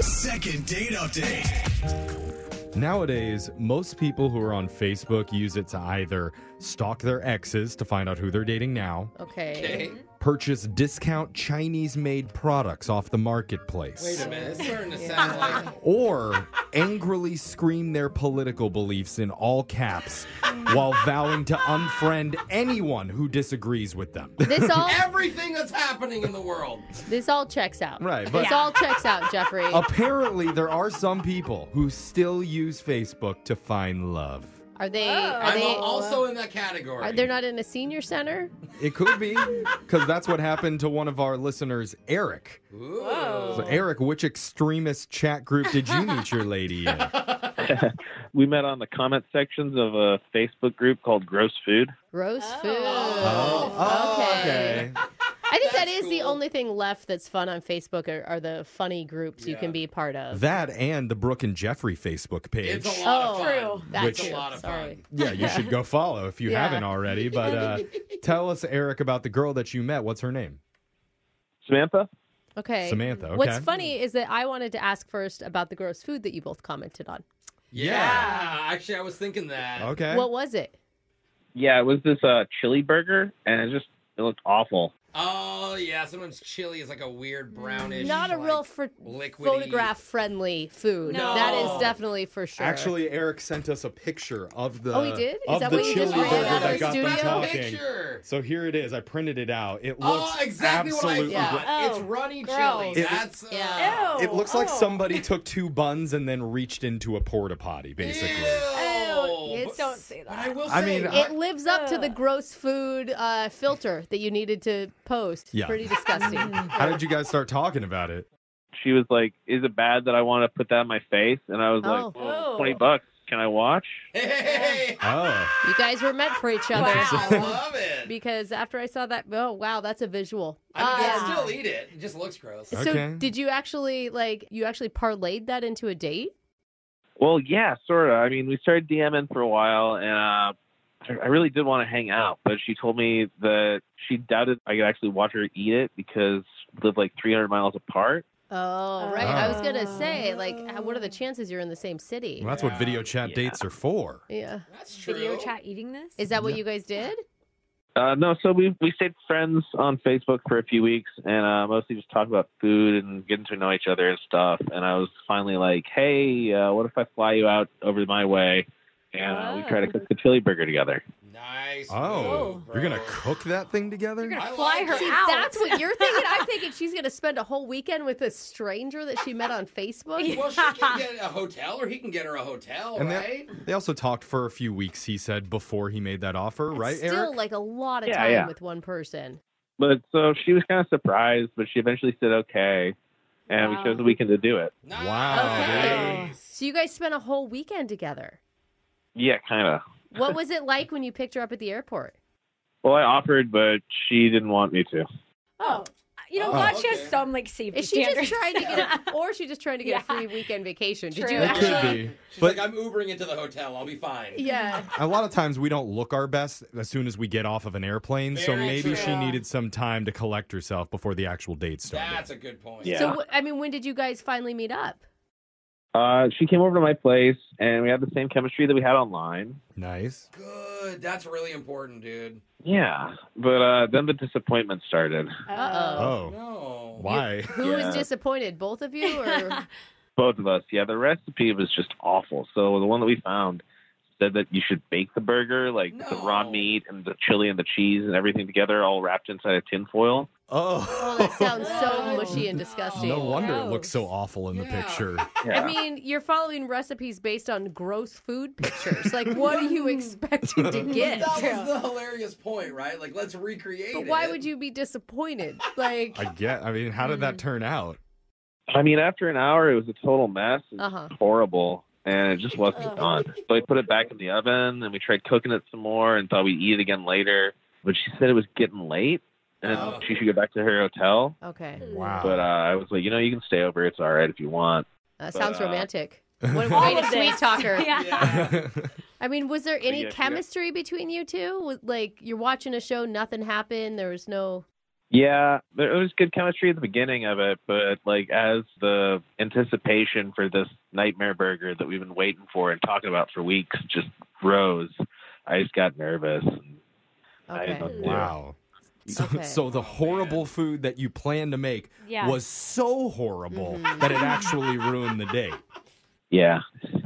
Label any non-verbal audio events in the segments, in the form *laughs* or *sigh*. Second date update. Nowadays, most people who are on Facebook use it to either stalk their exes to find out who they're dating now, Okay. purchase discount Chinese made products off the marketplace, Wait a minute, it's starting to sound like *laughs* or angrily scream their political beliefs in all caps while vowing to unfriend anyone who disagrees with them. This *laughs* all everything that's happening in the world. this all checks out. Right, but- Oh. this all checks out, Jeffrey. Apparently, there are some people who still use Facebook to find love. Are they? Are I'm they? also in that category. Are they not in a senior center? It could be, because that's what happened to one of our listeners, Eric. Ooh. So, Eric, which extremist chat group did you meet your lady in? we met on the comment sections of a Facebook group called Gross Food. Gross Oh. food. *laughs* Oh, okay. I think that That's is the cool. only thing left that's fun on Facebook are, are the funny groups you Yeah. can be part of. That and the Brooke and Jeffrey Facebook page. It's a lot oh, of fun. That's Which- true. It's a lot of Sorry. fun. yeah, you should go follow if you Yeah. haven't already. But *laughs* uh, tell us, Eric, about the girl that you met. What's her name? Samantha? Okay. Samantha. Okay. What's funny is that I wanted to ask first about the gross food that you both commented on. Yeah. Yeah. Actually, I was thinking that. Okay. What was it? Yeah, it was this uh, chili burger, and it just it looked awful. Oh, yeah. Sometimes chili is like a weird brownish. Not a like- real fr- liquidy- photograph friendly food. No. That is definitely for sure. Actually, Eric sent us a picture of the Oh, he did? Is of that the what you Oh, just chili read burger out of that the got studio? them talking. Picture. So here it is. I printed it out. It looks Oh, exactly what I absolutely. Yeah. thought. Oh, It's runny chili. gross. It- That's uh, Yeah. Ew. It looks like oh. somebody took two buns and then reached into a porta potty, basically. Ew. Ew, But- kids don't say But that. I will say, I mean, Uh, it lives up to the Ugh. gross food uh, filter that you needed to post. Yeah. Pretty disgusting. How did you guys start talking about it? She was like, "Is it bad that I want to put that in my face?" And I was Oh. like, well, Oh. "20 bucks, can I watch?" *laughs* hey, Oh. you guys were meant for each other. I love it. Because after I saw that, oh, wow, that's a visual. I mean, Uh, I'd still eat it. It just looks gross. So Okay. did you actually like you actually parlayed that into a date? Well, yeah, sort of. I mean, we started DMing for a while, and uh, I- I really did want to hang out, but she told me that she doubted I could actually watch her eat it because we live like 300 miles apart. Oh, right. I was gonna Oh. say, like, how- what are the chances you're in the same city? Well, that's what video chat Yeah. dates are for. Yeah. That's true. Video chat eating this? Is that what you guys did? Uh, no, so we we stayed friends on Facebook for a few weeks, and uh, mostly just talked about food and getting to know each other and stuff. And I was finally like, "Hey, uh, what if I fly you out over my way, and uh, we try to cook the chili burger together?" Nice. Oh. move, You're going to bro. cook that thing together? You're I gonna fly like her it. See, out. that's *laughs* what you're thinking. I'm thinking she's gonna spend a whole weekend with a stranger that she met on Facebook. Well, she can get a hotel, or he can get her a hotel, And that- right? They also talked for a few weeks, he said, before he made that offer, right, Still, Eric? like a lot of Yeah, time yeah. with one person. But so she was kind of surprised, but she eventually said okay, and we Wow. chose the weekend to do it. Wow, Okay. Nice. So you guys spent a whole weekend together. Yeah, kind of. What was it like when you picked her up at the airport? Well, I offered, but she didn't want me to. Oh. You know Oh, what? She okay. has some like safety Is she just standards. trying to *laughs* get, a, or is she just trying to get a Yeah. free weekend vacation? Did True. you It It actually? could Yeah. be. She's But like, I'm Ubering into the hotel. I'll be fine. Yeah. a lot of times we don't look our best as soon as we get off of an airplane. so Very maybe true. she needed some time to collect herself before the actual date started. That's a good point. Yeah. So wh- I mean, when did you guys finally meet up? Uh, she came over to my place, and we had the same chemistry that we had online. nice. Good. That's really important, dude. Yeah, but uh, then the disappointment started. Uh-oh. Oh. No. Why? Who was Yeah. disappointed? Both of *laughs* you? Or... Both of us. Yeah, the recipe was just awful. So the one that we found said that you should bake the burger, like with the raw No. meat and the chili and the cheese and everything together, all wrapped inside a tin foil. Oh. oh, that sounds so Oh, mushy and no. *laughs* disgusting. No wonder it looks Gross. so awful in the Yeah. picture. Yeah. I mean, you're following recipes based on gross food pictures. Like, what are *laughs* you expecting to But get? that was True. the hilarious point, right? Like, let's recreate But why it. would you be disappointed? Like, I get. I mean, how did Mm. that turn out? I mean, after an hour, it was a total mess. It was uh-huh. horrible, and it just wasn't Ugh. done. So we put it back in the oven, and we tried cooking it some more, and thought we'd eat it again later. But she said it was getting late, and Oh. Ah. she should go back to her hotel. Okay. Wow. But uh, I was like, you know, you can stay over. It's all right if you want. Uh, sounds uh, romantic. What a All way to of sweet this. talker. *laughs* Yeah. uh, *laughs* *laughs* Yeah. I mean, was there any yeah, yeah. chemistry between you two? Was, like, you're watching a show, nothing happened. There was no. Yeah, there there was good chemistry at the beginning of it, but like as the anticipation for this nightmare burger that we've been waiting for and talking about for weeks just rose, I just got nervous. And I Okay. didn't know what to do. Wow. So, Okay. so the horrible food that you planned to make Yeah. was so horrible Mm-hmm. that it actually ruined the date. Yeah,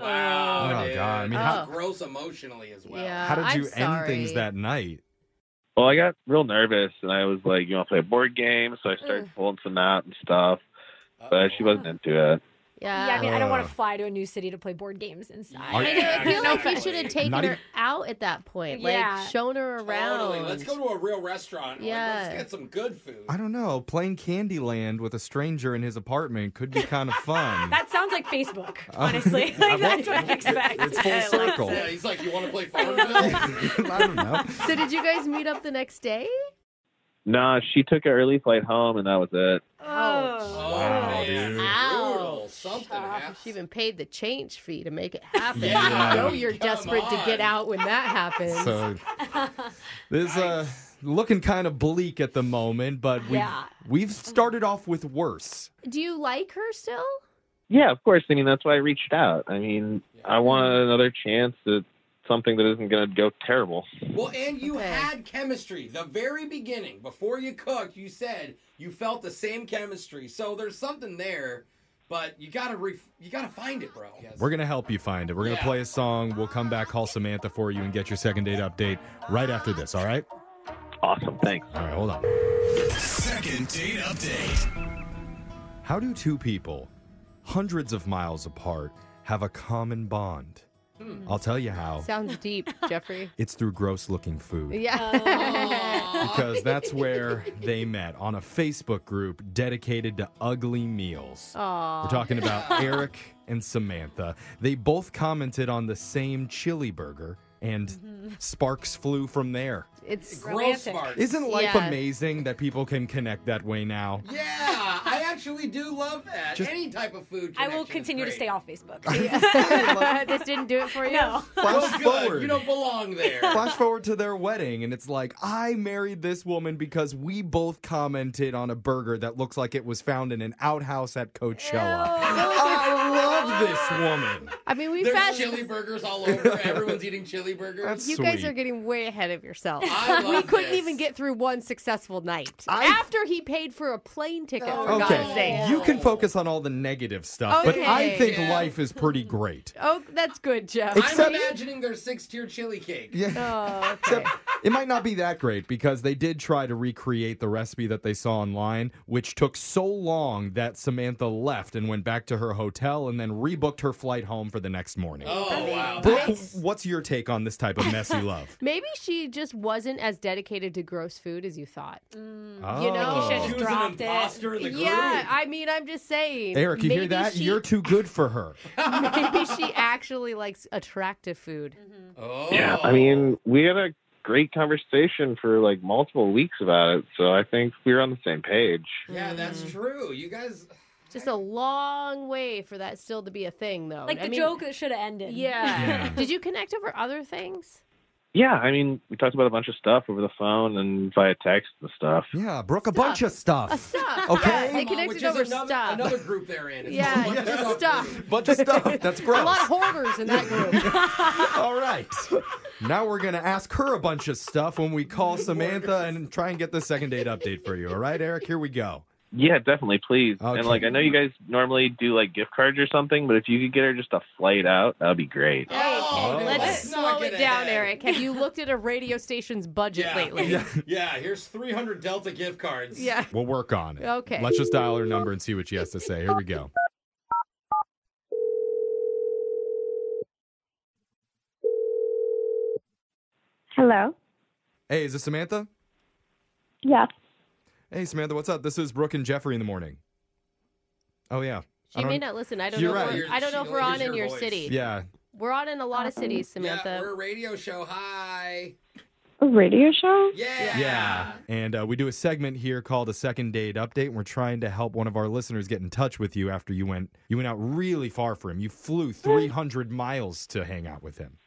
Wow, Oh, dude. God. I mean, That's how- gross emotionally as well. Yeah. How did Uh, I'm you end things sorry. that night? Well, I got real nervous, and I was like, "You want to play a board game?" So I started Ugh. pulling some out and stuff, but she wasn't into it. Yeah. Yeah, I mean, I don't want Uh. to fly to a new city to play board games Are- inside. I know. I feel like you Exactly. should have taken Not her even- out at that point. Like, Yeah. shown her around. Totally. Let's go to a real restaurant. Like, Yeah. let's get some good food. I don't know. Playing Candyland with a stranger in his apartment could be *laughs* kind of fun. That sounds like Facebook, *laughs* honestly. like, that's what I expect. it's full *laughs* circle. Yeah, he's like, you want to *laughs* play Farmville? I don't know. So did you guys meet up the next day? No, she took an early flight home, and that was it. Oh. oh, Wow, man. dude. Ouch. Brutal. Something happened. She even paid the change fee to make it happen. Yeah. You know you're Come desperate to get on. out when that happens. *laughs* So this uh looking kind of bleak at the moment, but we Yeah. have we've started off with worse. Do you like her still? Yeah, of course. I mean, that's why I reached out. I mean, I want another chance at something that isn't going to go terrible. Well, and you Okay. had chemistry. The very beginning, before you cooked, you said you felt the same chemistry. So there's something there, but you gotta re- you gotta find it, bro. We're gonna help you find it. We're gonna Yeah. play a song. We'll come back, call Samantha for you, and get your second date update right after this. All right. Awesome, thanks. All right. Hold on. Second date update. How do two people, hundreds of miles apart, have a common bond? I'll tell you how. Sounds *laughs* deep, Jeffrey. It's through gross-looking food. Yeah. Because that's where they met on a Facebook group dedicated to ugly meals. Aw. We're talking about Eric and Samantha. They both commented on the same chili burger, and sparks flew from there. It's gross romantic. smart. Isn't life Yeah. amazing that people can connect that way now? Yeah, I actually do love that. Just- Any type of food. I connection will is continue to great. stay *laughs* off Facebook. *laughs* this didn't do it for you. No. *laughs* Oh, Flash good. forward. You don't belong there. Flash forward to their wedding, and it's like, I married this woman because we both commented on a burger that looks like it was found in an outhouse at Coachella. *laughs* I love this woman. I mean, we There's fast. chili burgers all over. Everyone's eating chili burgers. That's You sweet. guys are getting way ahead of yourselves. I We love couldn't this. even get through one successful night I- after he paid for a plane ticket. For Oh, God's no. Okay, sake. you can focus on all the negative stuff, but I Okay. think Yeah. life is pretty great. *laughs* Oh, that's good, Jeff. It's- I'm Except- imagining their six-tier chili cake. Yeah. Oh, okay. It might not be that great because they did try to recreate the recipe that they saw online, which took so long that Samantha left and went back to her hotel and then rebooked her flight home for the next morning. Oh wow. Brooke, what's your take on this type of *laughs* messy love? Maybe she just wasn't as dedicated to gross food as you thought. You know, Hmm. you should She just was an dropped it. imposter in the group. Yeah, I mean, I'm just saying. Oh. Eric, you hear maybe that? she- You're too good for her. *laughs* maybe she actually likes attractive food. *laughs* Mm-hmm. Oh. Yeah, I mean, we had a great conversation for like multiple weeks about it, so I think we were on the same page. Yeah, that's Mm. true. You guys. Just a long way for that still to be a thing, though. Like the I mean, joke that should have ended. Yeah. Yeah. Did you connect over other things? Yeah, I mean, we talked about a bunch of stuff over the phone and via text and stuff. Yeah, Brooke, a bunch of stuff. Stuff. Okay. *laughs* Come Yeah, they Come on, connected which is over another, stuff. Another group they're in. It's yeah, *laughs* just called Bunch of Stuff stuff. Group. Bunch of stuff. That's gross. *laughs* A lot of hoarders in that group. All right. Now we're going to ask her a bunch of stuff when we *laughs* call Samantha and try and get the second date update for you. All right, Eric, here we go. Yeah, definitely, please. Okay. And like, I know you guys normally do like gift cards or something, but if you could get her just a flight out, that'd be great. Oh, dude, Let's let's not slow get it down, ahead. Eric. Have you looked at a radio station's budget Yeah. lately? Yeah. *laughs* here's 300 Delta gift cards. *laughs* Yeah. We'll work on it. Okay. Let's just dial her number and see what she has to say. Here we go. Hello. Hey, is this Samantha? Yeah. Hey, Samantha, what's up? This is Brooke and Jeffrey in the morning. Oh, yeah. I She may don't- not listen. I don't You're know. right. If we're, I don't know if She we're on knows in your your voice. city. Yeah. We're on in a lot of cities, Yeah, Samantha. we're a radio show. Hi. A radio show? Yeah. Yeah. And uh, we do a segment here called a second date update. And we're trying to help one of our listeners get in touch with you after you went you went out really far for him. You flew 300 miles to hang out with him.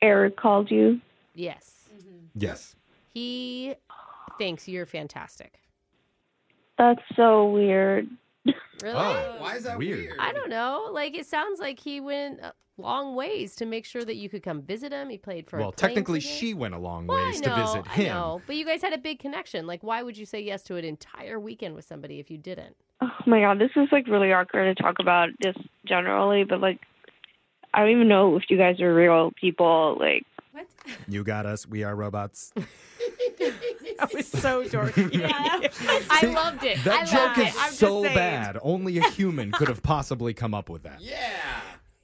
Eric called you. Mm-hmm. yes. Yes. He thanks. You're fantastic. That's so weird. Really? Oh. Why is that Weird. weird? I don't know. Like it sounds like he went a long ways to make sure that you could come visit him. He played for. a Well, plane technically, ticket. she went a long Well, I ways know, to visit I him. know. But you guys had a big connection. Like, why would you say yes to an entire weekend with somebody if you didn't? Oh my god, this is like really awkward to talk about just generally, but like I don't even know if you guys are real people. Like *laughs* *laughs* What? You got us. We are robots. That was so dorky. *laughs* yeah, that was- I loved it. That I joke loved is it. I'm just so saying. bad. Only a human could have possibly come up with that. Yeah.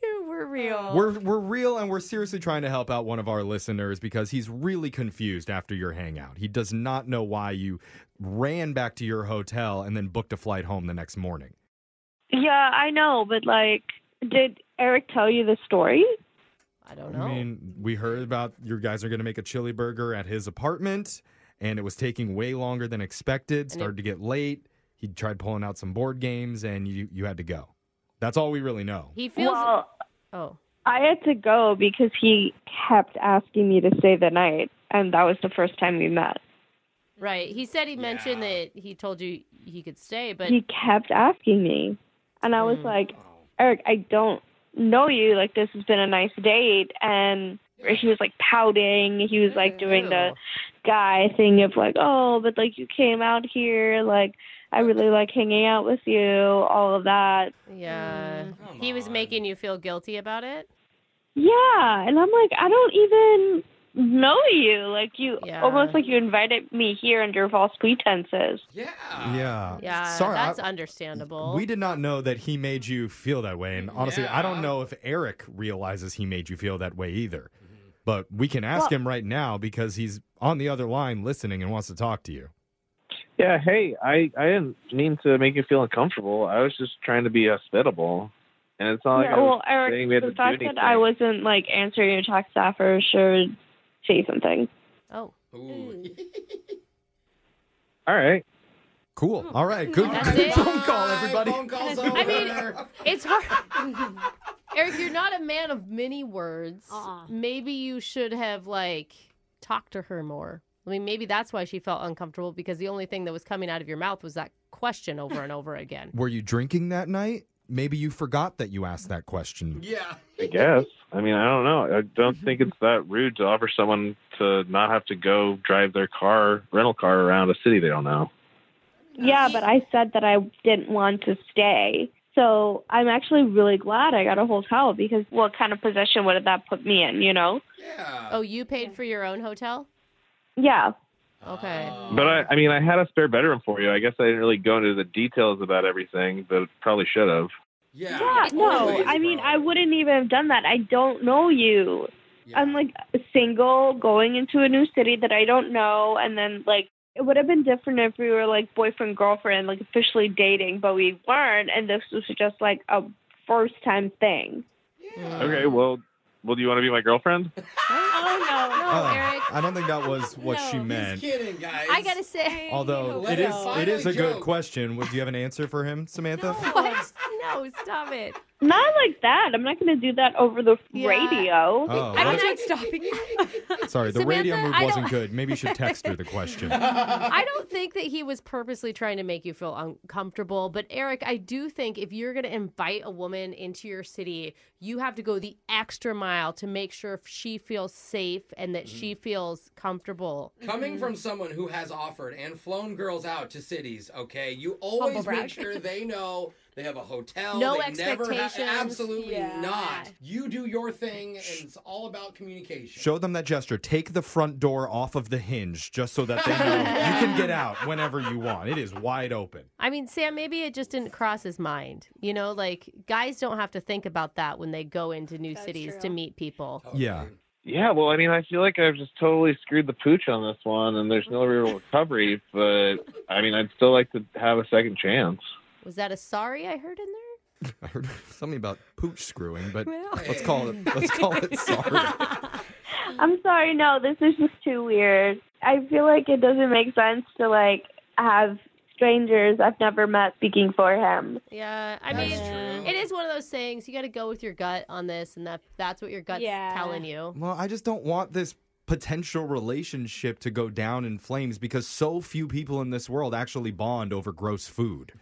You were real. We're we're real and we're seriously trying to help out one of our listeners because he's really confused after your hangout. He does not know why you ran back to your hotel and then booked a flight home the next morning. Yeah, I know, but like did Eric tell you the story? I don't know. I mean, we heard about your guys are going to make a chili burger at his apartment and it was taking way longer than expected, it- started to get late. He tried pulling out some board games and you you had to go. That's all we really know. he feels. well, oh, I had to go because he kept asking me to stay the night and that was the first time we met. right. He said he mentioned Yeah. that he told you he could stay, but he kept asking me. And I was Mm. like, Eric, I don't know you. Like, this has been a nice date. And he was like pouting. He was like doing the guy thing of like, oh, but like you came out here. Like, I really like hanging out with you, all of that. yeah, Mm. Come he was on. making you feel guilty about it. Yeah. And I'm like, I don't even know you. Like, you Yeah. almost like you invited me here under false pretenses. Yeah. Yeah. Yeah, Sorry, I- that's understandable. We did not know that he made you feel that way. And honestly, I don't Yeah. know if Eric realizes he made you feel that way either. But we can ask him right now because he's on the other line listening and wants to talk to you. Yeah, hey, I, I didn't mean to make you feel uncomfortable. I was just trying to be hospitable. And it's not like yeah, I was well, Eric, saying we had to the do fact anything. that I wasn't like answering your text after sure say something. Oh, Ooh. All right. Cool. All right. Good, That's good it? phone call, Bye. *laughs* everybody. Phone call's over. I mean- it's hard. Eric, you're not a man of many words. Uh-uh. Maybe you should have like talked to her more. I mean, maybe that's why she felt uncomfortable because the only thing that was coming out of your mouth was that question over and *laughs* over again. Were you drinking that night? Maybe you forgot that you asked that question. yeah. I guess. I mean, I don't know. I don't think it's that rude to offer someone to not have to go drive their car, rental car around a city they don't know. Yeah, but I said that I didn't want to stay. So I'm actually really glad I got a hotel because what kind of position would that put me in, you know? Yeah. Oh, you paid for your own hotel? Yeah. Okay. Um, But I, I mean, I had a spare bedroom for you. I guess I didn't really go into the details about everything, but probably should have. Yeah. Yeah, no. Always, I mean, bro. I wouldn't even have done that. I don't know you. Yeah. I'm like single, going into a new city that I don't know, and then like it would have been different if we were like boyfriend girlfriend, like officially dating, but we weren't, and this was just like a first time thing. Yeah. Okay, well, well, do you want to be my girlfriend? oh no, no. Oh, Eric. I don't think that was what No, she he's meant. He's kidding, guys. I gotta say, Although Let it it is find it is a a good joke. question. Would- Do you have an answer for him, Samantha? what? *laughs* No, stop it. Not like that. I'm not going to do that over the Yeah. radio. Oh, I'm what- not *laughs* stopping you. sorry. The Samantha, radio move I wasn't don't- good. Maybe you should text her the question. I don't think that he was purposely trying to make you feel uncomfortable, but Eric, I do think if you're going to invite a woman into your city, you have to go the extra mile to make sure if she feels safe and that she Mm-hmm. feels comfortable. *laughs* Coming from someone who has offered and flown girls out to cities, okay, you always brag. make sure they know they have a hotel. No they Never ha- expectations. absolutely Yeah. not. You do your thing, and it's all about communication. Show them that gesture. Take the front door off of the hinge just so that they know you can get out whenever you want. It is wide open. I mean, Sam, maybe it just didn't cross his mind. You know, like guys don't have to think about that when they go into new That's cities true. to meet people. Okay. Yeah. Yeah, well, I mean, I feel like I've just totally screwed the pooch on this one, and there's no real recovery. But I mean, I'd still like to have a second chance. Was that a sorry I heard in there? *laughs* I heard something about pooch screwing, *laughs* but Well. let's call it let's call *laughs* it sorry. I'm sorry, no, this is just too weird. I feel like it doesn't make sense to like have strangers I've never met speaking for him. Yeah, I That's mean, true. it is one of those sayings. You got to go with your gut on this, and that that's what your gut's Yeah. telling you. Well, I just don't want this potential relationship to go down in flames because so few people in this world actually bond over gross food.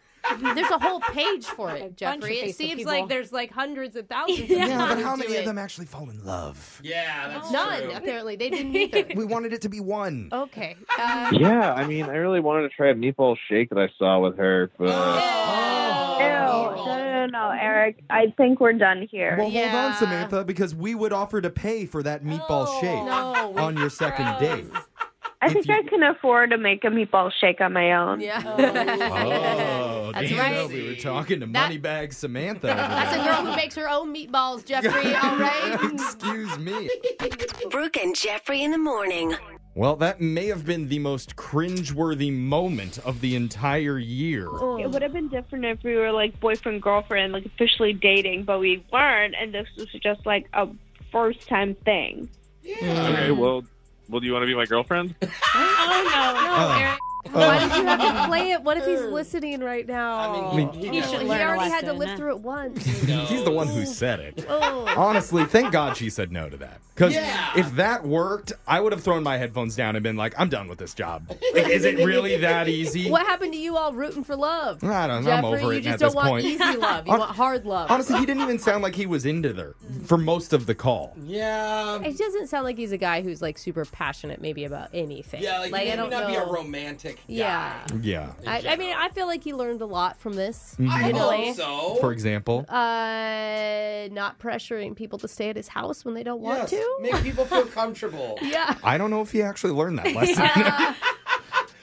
There's a whole page for A it, bunch Jeffrey. It of Facebook seems people. like there's like hundreds *laughs* of thousands. Of Yeah, *laughs* people Yeah, but who how do many it. of them actually fall in love? Yeah, that's None. true. Apparently, they didn't *laughs* either. *laughs* We wanted it to be one. okay. Uh, Yeah, I mean, I really wanted to try a meatball shake that I saw with her, but Oh. Oh. Ew. No, no, no, no, Eric. I think we're done here. Well, hold on, Yeah. Samantha, because we would offer to pay for that meatball Oh. shake No, we- on your second gross. date. I if think you- I can afford to make a meatball shake on my *laughs* own. yeah. Oh, That's do you right. know we were talking to Moneybag Samantha. over That's a there? girl who makes her *laughs* own meatballs, Jeffrey. All right. Excuse me. Brooke and Jeffrey in the morning. Well, that may have been the most cringeworthy moment of the entire year. Oh, It would have been different if we were like boyfriend girlfriend, like officially dating, but we weren't, and this was just like a first time thing. okay. Well, well, do you want to be my girlfriend? Oh, Oh. Why did you have to play it? What if *laughs* he's listening right now? I mean, he, He he he should should. learn a already had to lesson. live through it once. He's the one who said it. *laughs* Oh. Honestly, thank God she said no to that. Because Yeah. if that worked, I would have thrown my headphones down and been like, I'm done with this job. Like, is it really that easy? What happened to you all rooting for love? I don't know. I'm Jeffrey, over you it just at don't this want e- point. easy love. *laughs* You Hon- want hard love. Honestly, he didn't even sound like he was into her for most of the call. Yeah. It doesn't sound like he's a guy who's like super passionate, maybe about anything. Yeah, like, I he don't would not be know. a romantic guy. Yeah, Yeah. I, I mean, I feel like he learned a lot from this. I You know, hope so. For example. uh, not pressuring people to stay at his house when they don't want yes, to. make *laughs* people feel comfortable. Yeah. I don't know if he actually learned that lesson. *laughs*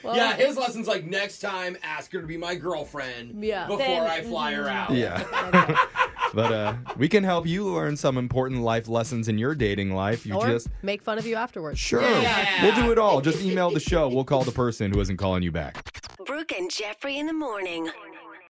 Well, Yeah, his lesson's like next time ask her to be my girlfriend Yeah. mm-hmm. before Then- I fly her out. yeah. *laughs* but uh, we can help you learn some important life lessons in your dating life. You or just make fun of you afterwards. Sure. Yeah. We'll do it all. Just email the show. We'll call the person who isn't calling you back. Brooke and Jeffrey in the morning.